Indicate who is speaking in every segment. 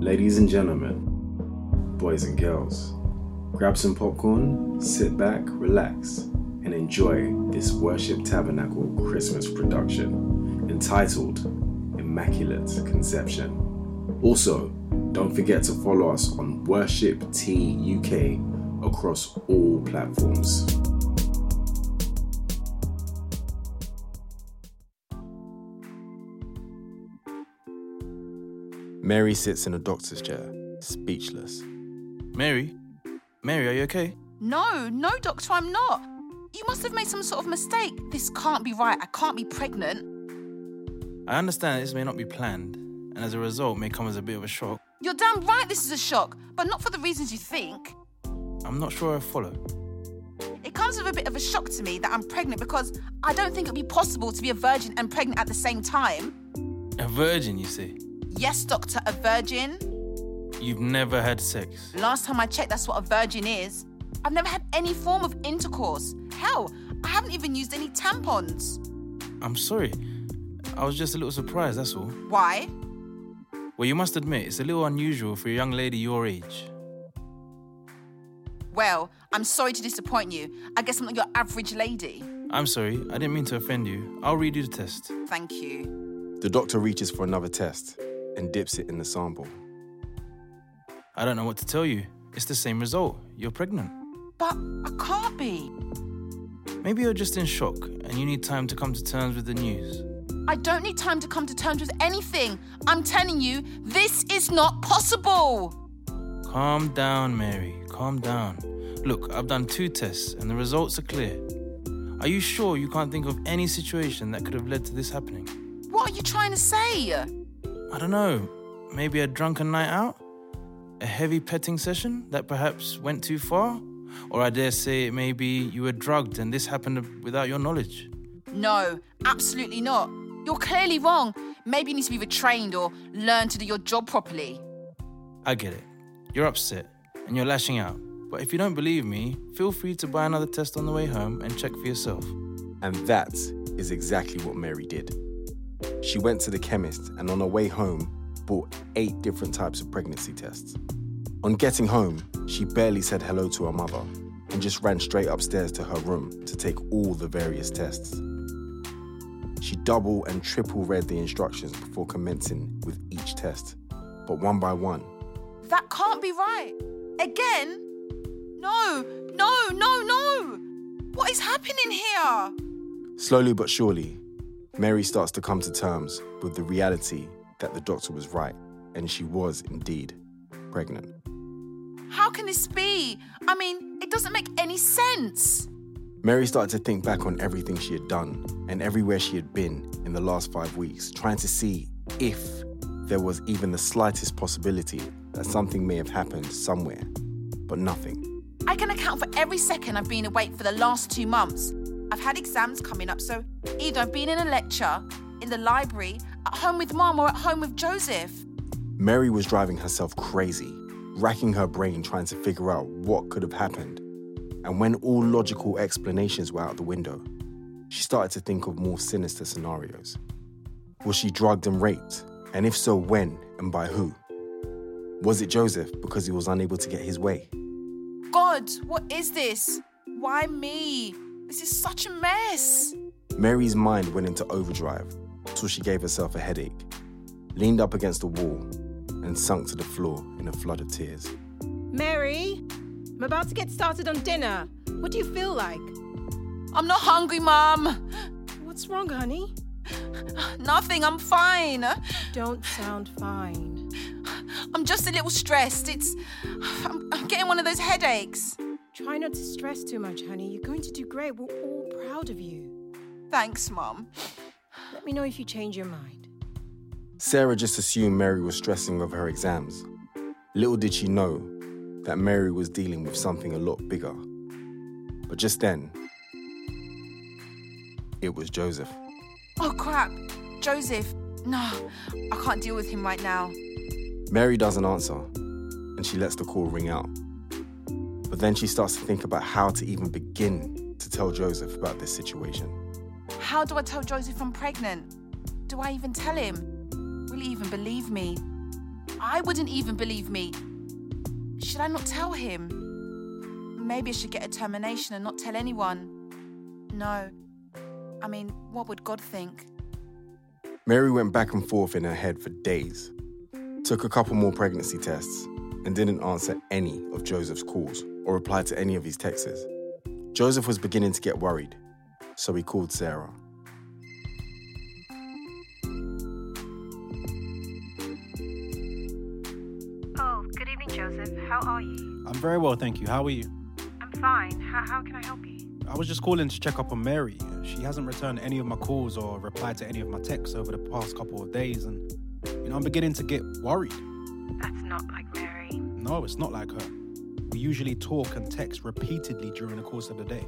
Speaker 1: Ladies and gentlemen, boys and girls, grab some popcorn, sit back, relax, and enjoy this Worship Tabernacle Christmas production entitled Immaculate Conception. Also, don't forget to follow us on Worship T UK across all platforms. Mary sits in a doctor's chair, speechless.
Speaker 2: Mary? Mary, are you okay?
Speaker 3: No, no, doctor, I'm not. You must have made some sort of mistake. This can't be right. I can't be pregnant.
Speaker 2: I understand this may not be planned, and as a result, may come as a bit of a shock.
Speaker 3: You're damn right this is a shock, but not for the reasons you think.
Speaker 2: I'm not sure I follow.
Speaker 3: It comes with a bit of a shock to me that I'm pregnant because I don't think it'd be possible to be a virgin and pregnant at the same time.
Speaker 2: A virgin, you say?
Speaker 3: Yes, doctor, a virgin.
Speaker 2: You've never had sex.
Speaker 3: Last time I checked, that's what a virgin is. I've never had any form of intercourse. Hell, I haven't even used any tampons.
Speaker 2: I'm sorry. I was just a little surprised, that's all.
Speaker 3: Why?
Speaker 2: Well, you must admit, it's a little unusual for a young lady your age.
Speaker 3: Well, I'm sorry to disappoint you. I guess I'm not your average lady.
Speaker 2: I'm sorry, I didn't mean to offend you. I'll redo the test.
Speaker 3: Thank you.
Speaker 1: The doctor reaches for another test and dips it in the sample.
Speaker 2: I don't know what to tell you. It's the same result. You're pregnant.
Speaker 3: But I can't be.
Speaker 2: Maybe you're just in shock and you need time to come to terms with the news.
Speaker 3: I don't need time to come to terms with anything. I'm telling you, this is not possible.
Speaker 2: Calm down, Mary. Calm down. Look, I've done two tests and the results are clear. Are you sure you can't think of any situation that could have led to this happening?
Speaker 3: What are you trying to say?
Speaker 2: I don't know. Maybe a drunken night out? A heavy petting session that perhaps went too far? Or I dare say it may be you were drugged and this happened without your knowledge.
Speaker 3: No, absolutely not. You're clearly wrong. Maybe you need to be retrained or learn to do your job properly.
Speaker 2: I get it. You're upset and you're lashing out. But if you don't believe me, feel free to buy another test on the way home and check for yourself.
Speaker 1: And that is exactly what Mary did. She went to the chemist and on her way home bought eight different types of pregnancy tests. On getting home, she barely said hello to her mother and just ran straight upstairs to her room to take all the various tests. She double and triple read the instructions before commencing with each test, but one by one.
Speaker 3: That can't be right. Again? No, no, no, no. What is happening here?
Speaker 1: Slowly but surely, Mary starts to come to terms with the reality that the doctor was right and she was indeed pregnant.
Speaker 3: How can this be? I mean, it doesn't make any sense.
Speaker 1: Mary started to think back on everything she had done and everywhere she had been in the last five weeks, trying to see if there was even the slightest possibility that something may have happened somewhere, but nothing.
Speaker 3: I can account for every second I've been awake for the last two months. I've had exams coming up, so either I've been in a lecture, in the library, at home with mom, or at home with Joseph.
Speaker 1: Mary was driving herself crazy, racking her brain trying to figure out what could have happened. And when all logical explanations were out the window, she started to think of more sinister scenarios. Was she drugged and raped? And if so, when and by who? Was it Joseph because he was unable to get his way?
Speaker 3: God, what is this? Why me? This is such a mess.
Speaker 1: Mary's mind went into overdrive till she gave herself a headache, leaned up against the wall, and sunk to the floor in a flood of tears.
Speaker 4: Mary, I'm about to get started on dinner. What do you feel like?
Speaker 3: I'm not hungry, Mum.
Speaker 4: What's wrong, honey?
Speaker 3: Nothing, I'm fine.
Speaker 4: Don't sound fine.
Speaker 3: I'm just a little stressed. It's. I'm, I'm getting one of those headaches.
Speaker 4: Try not to stress too much, honey. You're going to do great. We're all proud of you.
Speaker 3: Thanks, Mum.
Speaker 4: Let me know if you change your mind.
Speaker 1: Sarah just assumed Mary was stressing over her exams. Little did she know that Mary was dealing with something a lot bigger. But just then, it was Joseph.
Speaker 3: Oh, crap. Joseph. No, I can't deal with him right now.
Speaker 1: Mary doesn't answer, and she lets the call ring out. But then she starts to think about how to even begin to tell Joseph about this situation.
Speaker 3: How do I tell Joseph I'm pregnant? Do I even tell him? Will he even believe me? I wouldn't even believe me. Should I not tell him? Maybe I should get a termination and not tell anyone. No. I mean, what would God think?
Speaker 1: Mary went back and forth in her head for days, took a couple more pregnancy tests, and didn't answer any of Joseph's calls or reply to any of his texts. Joseph was beginning to get worried, so he called Sarah.
Speaker 5: Oh, good evening, Joseph. How are you?
Speaker 6: I'm very well, thank you. How are you?
Speaker 5: I'm fine. How, how can I help you?
Speaker 6: I was just calling to check up on Mary. She hasn't returned any of my calls or replied to any of my texts over the past couple of days, and you know I'm beginning to get worried.
Speaker 5: That's not like Mary.
Speaker 6: No, it's not like her. We usually talk and text repeatedly during the course of the day.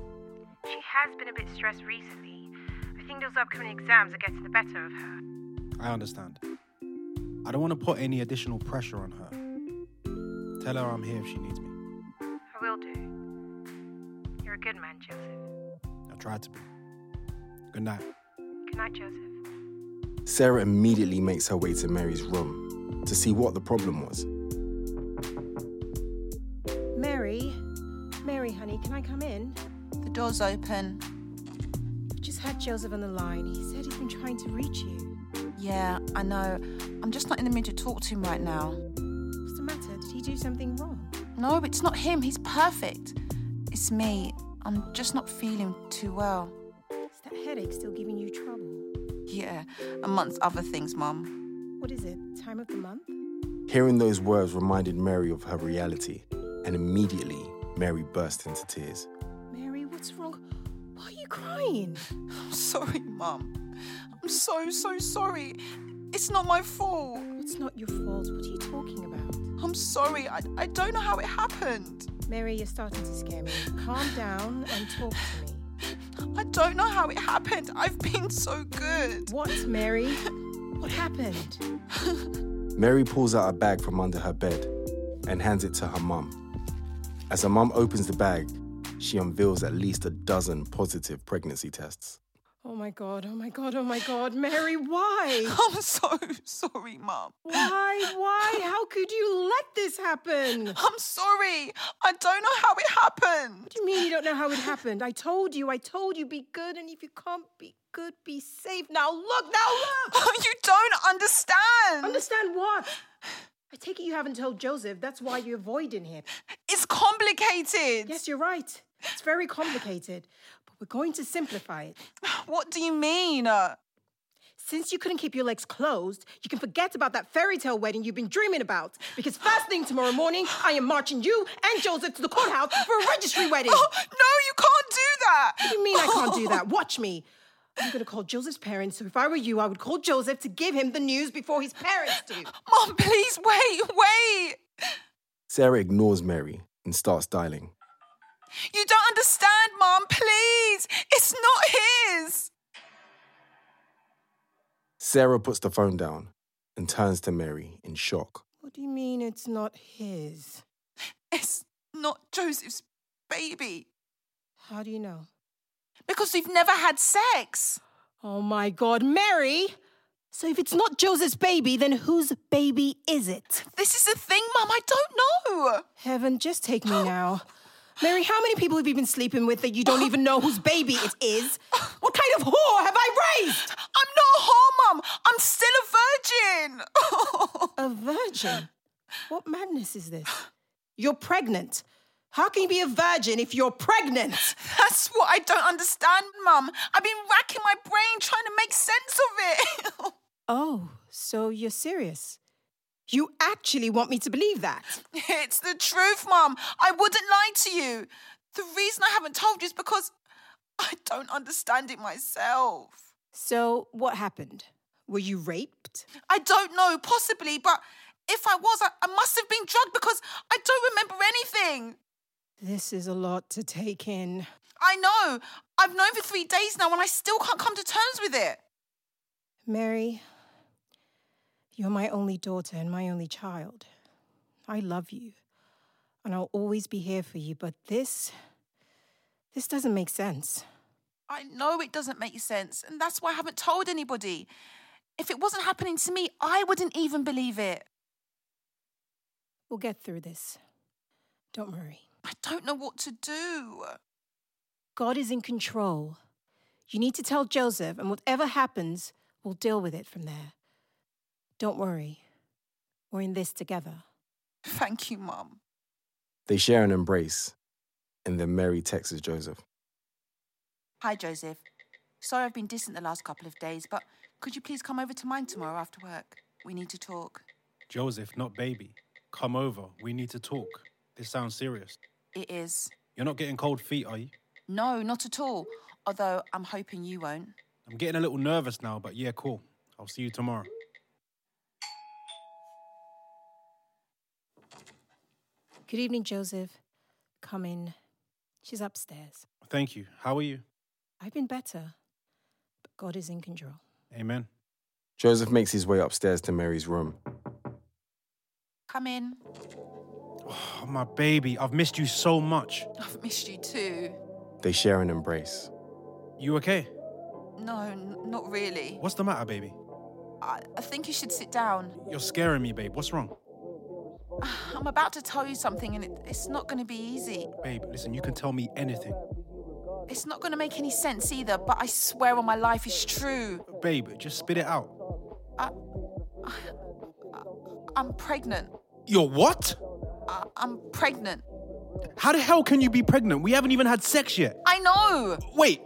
Speaker 5: She has been a bit stressed recently. I think those upcoming exams are getting the better of her.
Speaker 6: I understand. I don't want to put any additional pressure on her. Tell her I'm here if she needs me.
Speaker 5: I will do. You're a good man, Joseph.
Speaker 6: I tried to be. Good night.
Speaker 5: Good night, Joseph.
Speaker 1: Sarah immediately makes her way to Mary's room to see what the problem was.
Speaker 4: Mary, Mary, honey, can I come in?
Speaker 3: The door's open.
Speaker 4: I've just had Joseph on the line. He said he's been trying to reach you.
Speaker 3: Yeah, I know. I'm just not in the mood to talk to him right now.
Speaker 4: What's the matter? Did he do something wrong?
Speaker 3: No, it's not him. He's perfect. It's me. I'm just not feeling too well.
Speaker 4: Is that headache still giving you trouble?
Speaker 3: Yeah, amongst other things, Mum.
Speaker 4: What is it? Time of the month?
Speaker 1: Hearing those words reminded Mary of her reality, and immediately Mary burst into tears.
Speaker 4: Mary, what's wrong? Why are you crying?
Speaker 3: I'm sorry, Mum. I'm so, so sorry. It's not my fault.
Speaker 4: It's not your fault. What are you talking about?
Speaker 3: I'm sorry. I, I don't know how it happened.
Speaker 4: Mary, you're starting to scare me. Calm down and talk to me.
Speaker 3: I don't know how it happened. I've been so good.
Speaker 4: What, Mary? What happened?
Speaker 1: Mary pulls out a bag from under her bed and hands it to her mum. As her mum opens the bag, she unveils at least a dozen positive pregnancy tests.
Speaker 4: Oh my god, oh my god, oh my god. Mary, why?
Speaker 3: I'm so sorry, Mum.
Speaker 4: Why, why? How could you let this happen? What
Speaker 3: I'm sorry. I don't know how it happened.
Speaker 4: do you mean you don't know how it happened? I told you, I told you, be good, and if you can't be good, be safe. Now look, now look!
Speaker 3: you don't understand.
Speaker 4: Understand what? I take it you haven't told Joseph, that's why you're avoiding him.
Speaker 3: It's complicated.
Speaker 4: Yes, you're right. It's very complicated, but we're going to simplify it.
Speaker 3: What do you mean? Uh,
Speaker 4: Since you couldn't keep your legs closed, you can forget about that fairy tale wedding you've been dreaming about. Because first thing tomorrow morning, I am marching you and Joseph to the courthouse for a registry wedding.
Speaker 3: Oh, no, you can't do that.
Speaker 4: What do you mean I can't do that? Watch me. I'm gonna call Joseph's parents, so if I were you, I would call Joseph to give him the news before his parents do.
Speaker 3: Mum, please wait, wait.
Speaker 1: Sarah ignores Mary and starts dialing.
Speaker 3: You don't understand, Mum, please. It's not his.
Speaker 1: Sarah puts the phone down and turns to Mary in shock.
Speaker 4: What do you mean it's not his?
Speaker 3: It's not Joseph's baby
Speaker 4: How do you know?
Speaker 3: because we've never had sex.
Speaker 4: Oh my god, Mary! So if it's not Joseph's baby, then whose baby is it?
Speaker 3: This is the thing, Mum. I don't know.
Speaker 4: Heaven, just take me now. Mary, how many people have you been sleeping with that you don't even know whose baby it is? What kind of whore have I raised?
Speaker 3: I'm not a whore, Mum. I'm still a virgin.
Speaker 4: A virgin? What madness is this? You're pregnant. How can you be a virgin if you're pregnant?
Speaker 3: That's what I don't understand, Mum. I've been racking my brain trying to make sense of it.
Speaker 4: Oh, so you're serious? You actually want me to believe that?
Speaker 3: It's the truth, Mum. I wouldn't lie to you. The reason I haven't told you is because I don't understand it myself.
Speaker 4: So, what happened? Were you raped?
Speaker 3: I don't know, possibly, but if I was, I, I must have been drugged because I don't remember anything.
Speaker 4: This is a lot to take in.
Speaker 3: I know. I've known for three days now and I still can't come to terms with it.
Speaker 4: Mary, you're my only daughter and my only child. I love you, and I'll always be here for you, but this. this doesn't make sense.
Speaker 3: I know it doesn't make sense, and that's why I haven't told anybody. If it wasn't happening to me, I wouldn't even believe it.
Speaker 4: We'll get through this. Don't worry.
Speaker 3: I don't know what to do.
Speaker 4: God is in control. You need to tell Joseph, and whatever happens, we'll deal with it from there. Don't worry. We're in this together.
Speaker 3: Thank you, Mum.
Speaker 1: They share an embrace, and then Mary texts Joseph.
Speaker 3: Hi, Joseph. Sorry I've been distant the last couple of days, but could you please come over to mine tomorrow after work? We need to talk.
Speaker 6: Joseph, not baby. Come over. We need to talk. This sounds serious.
Speaker 3: It is.
Speaker 6: You're not getting cold feet, are you?
Speaker 3: No, not at all. Although I'm hoping you won't.
Speaker 6: I'm getting a little nervous now, but yeah, cool. I'll see you tomorrow.
Speaker 4: Good evening, Joseph. Come in. She's upstairs.
Speaker 6: Thank you. How are you?
Speaker 4: I've been better, but God is in control.
Speaker 6: Amen.
Speaker 1: Joseph makes his way upstairs to Mary's room.
Speaker 3: Come in.
Speaker 6: Oh, my baby, I've missed you so much.
Speaker 3: I've missed you too.
Speaker 1: They share an embrace.
Speaker 6: You okay?
Speaker 3: No, n- not really.
Speaker 6: What's the matter, baby?
Speaker 3: I, I think you should sit down.
Speaker 6: You're scaring me, babe. What's wrong?
Speaker 3: I'm about to tell you something, and it, it's not going to be easy.
Speaker 6: Babe, listen, you can tell me anything.
Speaker 3: It's not going to make any sense either, but I swear on my life it's true.
Speaker 6: Babe, just spit it out.
Speaker 3: I, I, I'm pregnant.
Speaker 6: You're what?
Speaker 3: I, I'm pregnant.
Speaker 6: How the hell can you be pregnant? We haven't even had sex yet.
Speaker 3: I know.
Speaker 6: Wait,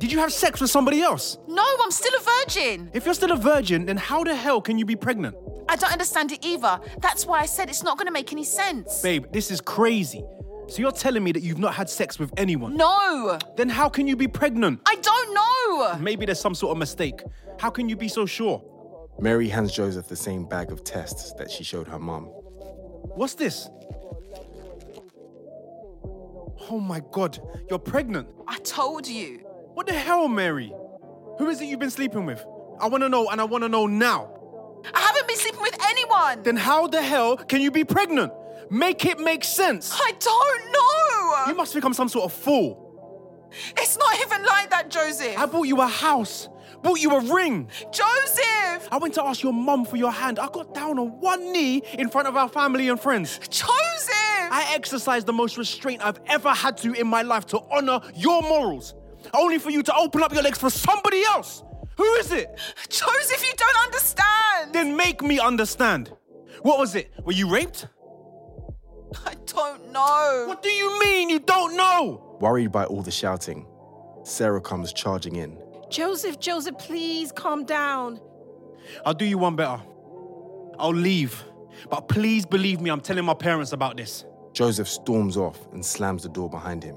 Speaker 6: did you have sex with somebody else?
Speaker 3: No, I'm still a virgin.
Speaker 6: If you're still a virgin, then how the hell can you be pregnant?
Speaker 3: I don't understand it either. That's why I said it's not going to make any sense.
Speaker 6: Babe, this is crazy. So you're telling me that you've not had sex with anyone?
Speaker 3: No,
Speaker 6: Then how can you be pregnant?
Speaker 3: I don't know.
Speaker 6: Maybe there's some sort of mistake. How can you be so sure?
Speaker 1: Mary hands Joseph the same bag of tests that she showed her mum.
Speaker 6: What's this? Oh my god, you're pregnant.
Speaker 3: I told you.
Speaker 6: What the hell, Mary? Who is it you've been sleeping with? I wanna know and I wanna know now.
Speaker 3: I haven't been sleeping with anyone.
Speaker 6: Then how the hell can you be pregnant? Make it make sense.
Speaker 3: I
Speaker 6: You
Speaker 3: don't know.
Speaker 6: must think I'm some sort of fool.
Speaker 3: It's not even like that, Joseph.
Speaker 6: I bought you a house, bought you a ring.
Speaker 3: Joseph!
Speaker 6: I went to ask your mum for your hand. I got down on one knee in front of our family and friends.
Speaker 3: Joseph!
Speaker 6: I exercised the most restraint I've ever had to in my life to honor your morals, only for you to open up your legs for somebody else. Who is it?
Speaker 3: Joseph, you don't understand.
Speaker 6: Then make me understand. What was it? Were you raped?
Speaker 3: I don't know.
Speaker 6: What do you mean you don't know?
Speaker 1: Worried by all the shouting, Sarah comes charging in.
Speaker 4: Joseph, Joseph, please calm down.
Speaker 6: I'll do you one better. I'll leave. But please believe me, I'm telling my parents about this.
Speaker 1: Joseph storms off and slams the door behind him,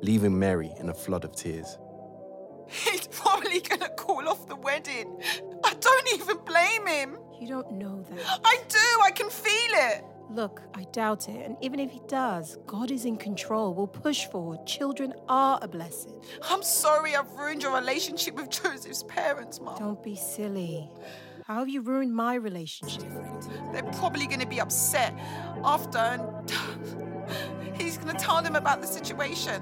Speaker 1: leaving Mary in a flood of tears.
Speaker 3: He's probably gonna call off the wedding. I don't even blame him.
Speaker 4: You don't know that.
Speaker 3: I do, I can feel it.
Speaker 4: Look, I doubt it. And even if he does, God is in control. We'll push forward. Children are a blessing.
Speaker 3: I'm sorry I've ruined your relationship with Joseph's parents, Mum.
Speaker 4: Don't be silly. How have you ruined my relationship?
Speaker 3: They're probably gonna be upset after and he's gonna tell them about the situation.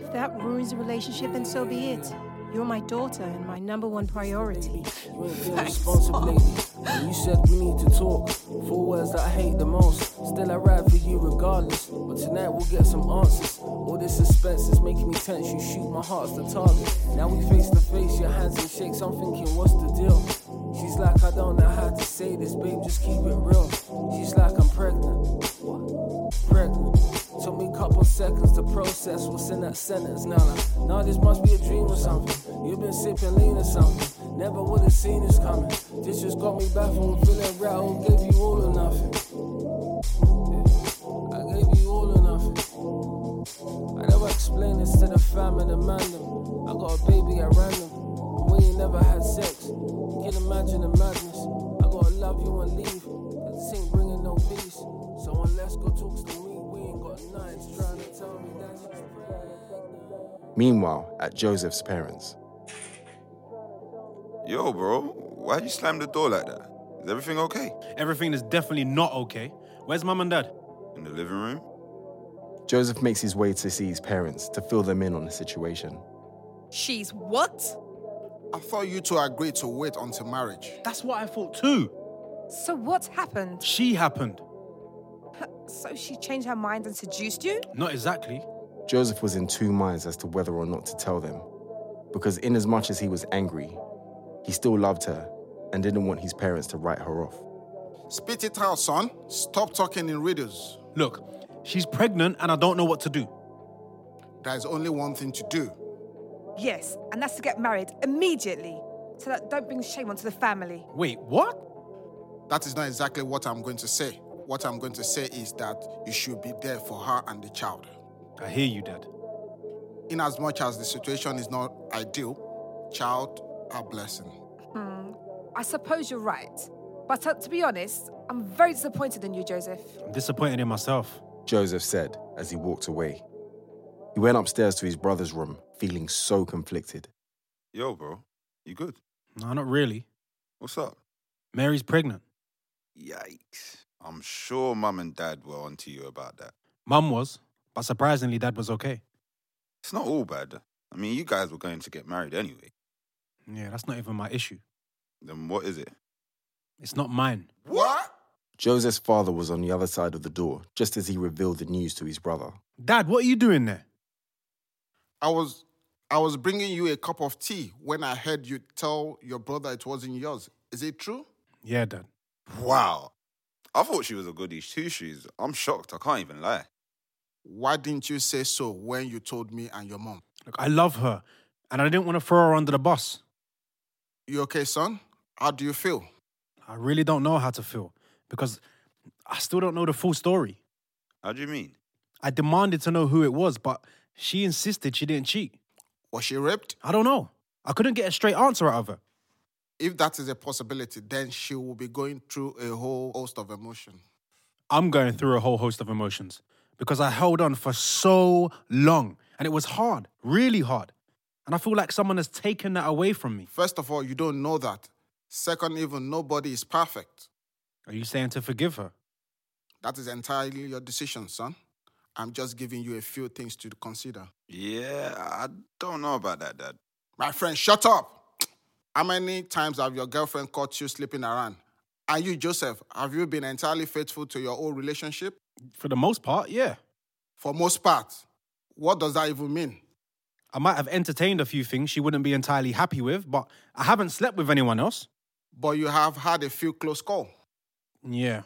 Speaker 4: If that ruins the relationship, then so be it. You're my daughter and my number one priority.
Speaker 7: You ain't been responsive lately. And you said we need to talk. Four words that I hate the most. Still, I ride for you regardless. But tonight we'll get some answers. All this suspense is making me tense. You shoot my heart's the target. Now we face to face, your hands and shakes. I'm thinking, what's the deal? She's like, I don't know how to say this, babe. Just keep it real. She's like, I'm pregnant. Pregnant. Took me a couple seconds to process what's in that sentence. Now, nah, nah, this must be a dream or something. You've been sipping lean or something. Never would have seen this coming. This just got me baffled, feeling rattled. Gave you all or nothing. Yeah. I gave you all or nothing. I never explained this to the fam and the man. them. I got a baby at random. We ain't never had sex. Can't imagine the madness. I gotta love you and leave. 'cause This ain't bringing no peace. So unless God talks to me, we ain't got nines trying to tell me that she's pregnant.
Speaker 1: Meanwhile, at Joseph's parents,
Speaker 8: Yo, bro, why'd you slam the door like that? Is everything okay?
Speaker 6: Everything is definitely not okay. Where's mum and dad?
Speaker 8: In the living room?
Speaker 1: Joseph makes his way to see his parents to fill them in on the situation.
Speaker 9: She's what?
Speaker 10: I thought you two agreed to wait until marriage.
Speaker 6: That's what I thought too.
Speaker 9: So what happened?
Speaker 6: She happened.
Speaker 3: So she changed her mind and seduced you?
Speaker 6: Not exactly.
Speaker 1: Joseph was in two minds as to whether or not to tell them, because inasmuch as he was angry, he still loved her and didn't want his parents to write her off.
Speaker 11: Spit it out, son. Stop talking in riddles.
Speaker 6: Look, she's pregnant and I don't know what to do.
Speaker 11: There's only one thing to do.
Speaker 3: Yes, and that's to get married immediately. So that don't bring shame onto the family.
Speaker 6: Wait, what?
Speaker 11: That is not exactly what I'm going to say. What I'm going to say is that you should be there for her and the child.
Speaker 6: I hear you, Dad.
Speaker 11: Inasmuch as the situation is not ideal, child, a blessing.
Speaker 3: Hmm. I suppose you're right. But uh, to be honest, I'm very disappointed in you, Joseph.
Speaker 6: I'm disappointed in myself.
Speaker 1: Joseph said as he walked away. He went upstairs to his brother's room, feeling so conflicted.
Speaker 8: Yo, bro, you good?
Speaker 6: No, not really.
Speaker 8: What's up?
Speaker 6: Mary's pregnant.
Speaker 8: Yikes. I'm sure mum and dad were onto you about that.
Speaker 6: Mum was, but surprisingly, Dad was okay.
Speaker 8: It's not all bad. I mean, you guys were going to get married anyway.
Speaker 6: Yeah, that's not even my issue.
Speaker 8: Then what is it?
Speaker 6: It's not mine.
Speaker 11: What?
Speaker 1: Joseph's father was on the other side of the door just as he revealed the news to his brother.
Speaker 6: Dad, what are you doing there?
Speaker 11: I was I was bringing you a cup of tea when I heard you tell your brother it wasn't yours. Is it true?
Speaker 6: Yeah, Dad.
Speaker 8: Wow. I thought she was a goody two shoes. I'm shocked. I can't even lie.
Speaker 11: Why didn't you say so when you told me and your mom?
Speaker 6: Look, I love her, and I didn't want to throw her under the bus.
Speaker 11: You okay, son? How do you feel?
Speaker 6: I really don't know how to feel because I still don't know the full story.
Speaker 8: How do you mean?
Speaker 6: I demanded to know who it was, but she insisted she didn't cheat.
Speaker 11: Was she raped?
Speaker 6: I don't know. I couldn't get a straight answer out of her.
Speaker 11: If that is a possibility, then she will be going through a whole host of emotion.
Speaker 6: I'm going through a whole host of emotions because I held on for so long and it was hard, really hard. And I feel like someone has taken that away from me.
Speaker 11: First of all, you don't know that. Second, even nobody is perfect.
Speaker 6: Are you saying to forgive her?
Speaker 11: That is entirely your decision, son. I'm just giving you a few things to consider.
Speaker 8: Yeah, I don't know about that, Dad.
Speaker 11: My friend, shut up! How many times have your girlfriend caught you sleeping around? And you, Joseph, have you been entirely faithful to your old relationship?
Speaker 6: For the most part, yeah.
Speaker 11: For most part. What does that even mean?
Speaker 6: I might have entertained a few things she wouldn't be entirely happy with, but I haven't slept with anyone else.
Speaker 11: But you have had a few close calls.
Speaker 6: Yeah.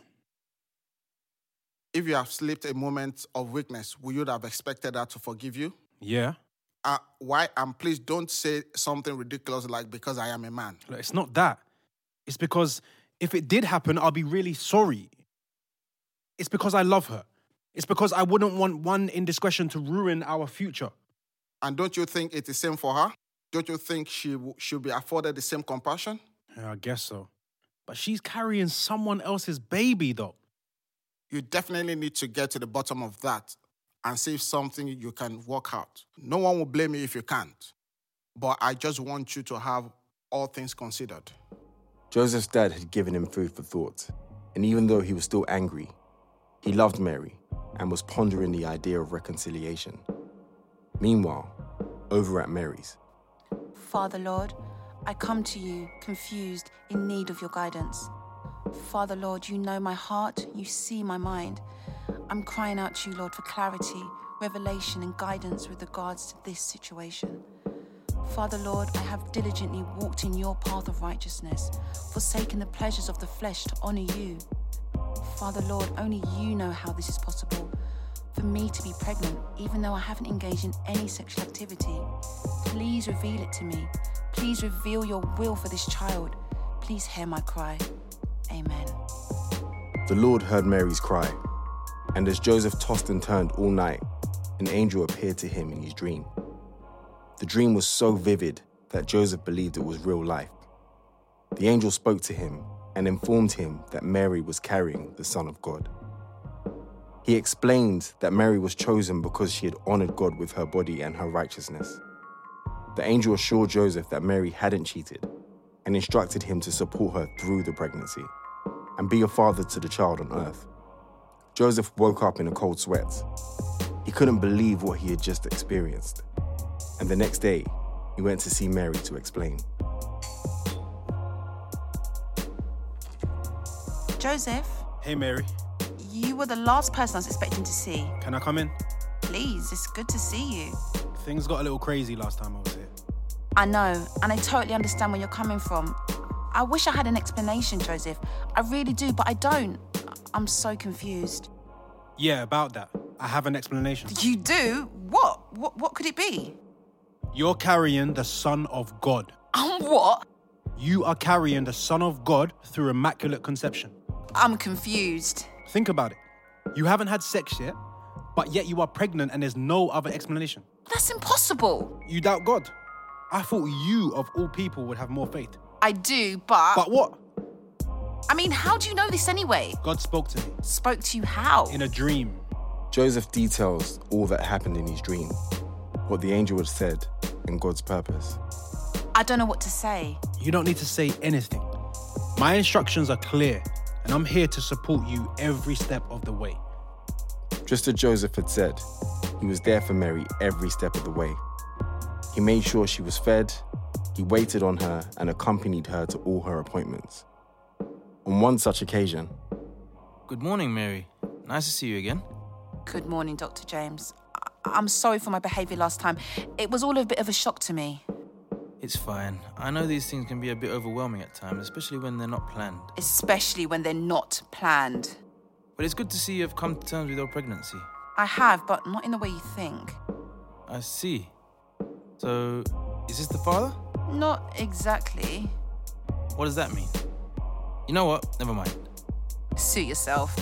Speaker 11: If you have slipped a moment of weakness, we would have expected her to forgive you.
Speaker 6: Yeah.
Speaker 11: Uh, why? And please don't say something ridiculous like because I am a man.
Speaker 6: Look, it's not that. It's because if it did happen, I'll be really sorry. It's because I love her. It's because I wouldn't want one indiscretion to ruin our future.
Speaker 11: And don't you think it is same for her? Don't you think she w- should be afforded the same compassion?
Speaker 6: Yeah, I guess so. But she's carrying someone else's baby, though.
Speaker 11: You definitely need to get to the bottom of that and see if something you can work out. No one will blame you if you can't. But I just want you to have all things considered.
Speaker 1: Joseph's dad had given him food for thought, and even though he was still angry, he loved Mary and was pondering the idea of reconciliation. Meanwhile, over at Mary's,
Speaker 12: Father Lord, I come to you, confused, in need of your guidance. Father Lord, you know my heart, you see my mind. I'm crying out to you, Lord, for clarity, revelation, and guidance with regards to this situation. Father Lord, I have diligently walked in your path of righteousness, forsaken the pleasures of the flesh to honor you. Father Lord, only you know how this is possible. For me to be pregnant, even though I haven't engaged in any sexual activity, please reveal it to me. Please reveal your will for this child. Please hear my cry. Amen.
Speaker 1: the Lord heard Mary's cry, and as Joseph tossed and turned all night, an angel appeared to him in his dream. The dream was so vivid that Joseph believed it was real life. The angel spoke to him and informed him that Mary was carrying the Son of God. He explained that Mary was chosen because she had honored God with her body and her righteousness. The angel assured Joseph that Mary hadn't cheated and instructed him to support her through the pregnancy and be a father to the child on earth. Joseph woke up in a cold sweat. He couldn't believe what he had just experienced. And the next day, he went to see Mary to explain.
Speaker 12: Joseph,
Speaker 6: Hey, Mary.
Speaker 12: You were the last person I was expecting to see.
Speaker 6: Can I come in?
Speaker 12: Please, it's good to see you.
Speaker 6: Things got a little crazy last time I was here.
Speaker 12: I know, and I totally understand where you're coming from. I wish I had an explanation, Joseph. I really do, but I don't. I- I'm so confused.
Speaker 6: Yeah, about that. I have an explanation.
Speaker 12: You do? What? What, what could it be?
Speaker 6: You're carrying the Son of God.
Speaker 12: I'm what?
Speaker 6: You are carrying the Son of God through immaculate conception.
Speaker 12: I'm confused.
Speaker 6: Think about it. You haven't had sex yet, but yet you are pregnant and there's no other explanation.
Speaker 12: That's impossible.
Speaker 6: You doubt God. I thought you, of all people, would have more faith.
Speaker 12: I do, but.
Speaker 6: But what?
Speaker 12: I mean, how do you know this anyway?
Speaker 6: God spoke to me
Speaker 12: Spoke to you how?
Speaker 6: in a dream.
Speaker 1: Joseph details all that happened in his dream, what the angel had said, and God's purpose.
Speaker 12: I don't know what to say.
Speaker 6: You don't need to say anything. My instructions are clear, and I'm here to support you every step of the way.
Speaker 1: Just as Joseph had said, he was there for Mary every step of the way. He made sure she was fed, he waited on her, and accompanied her to all her appointments. On one such occasion,
Speaker 2: Good morning, Mary. Nice to see you again.
Speaker 12: Good morning, Dr. James. I- I'm sorry for my behaviour last time. It was all a bit of a shock to me.
Speaker 2: It's fine. I know these things can be a bit overwhelming at times, especially when they're not planned.
Speaker 12: especially when they're not planned.
Speaker 2: But it's good to see you have come to terms with your pregnancy.
Speaker 12: I have, but not in the way you think.
Speaker 2: I see. So, is this the father?
Speaker 12: Not exactly.
Speaker 2: What does that mean? You know what? Never mind.
Speaker 12: Suit yourself.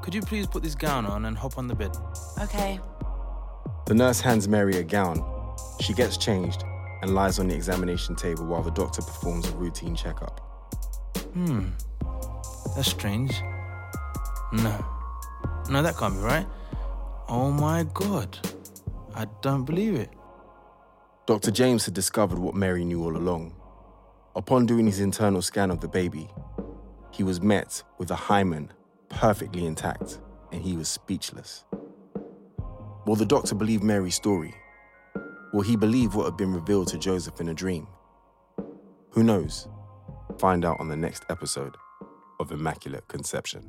Speaker 2: Could you please put this gown on and hop on the bed?
Speaker 12: Okay.
Speaker 1: the nurse hands Mary a gown. She gets changed and lies on the examination table while the doctor performs a routine checkup.
Speaker 2: Hmm. That's strange. No. No, that can't be right. Oh my god. I don't believe it.
Speaker 1: Dr. James had discovered what Mary knew all along. Upon doing his internal scan of the baby, he was met with a hymen perfectly intact, and he was speechless. Will the doctor believe Mary's story? Will he believe what had been revealed to Joseph in a dream? Who knows? Find out on the next episode of Immaculate Conception.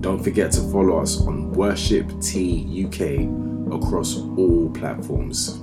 Speaker 1: Don't forget to follow us on Worship T UK across all platforms.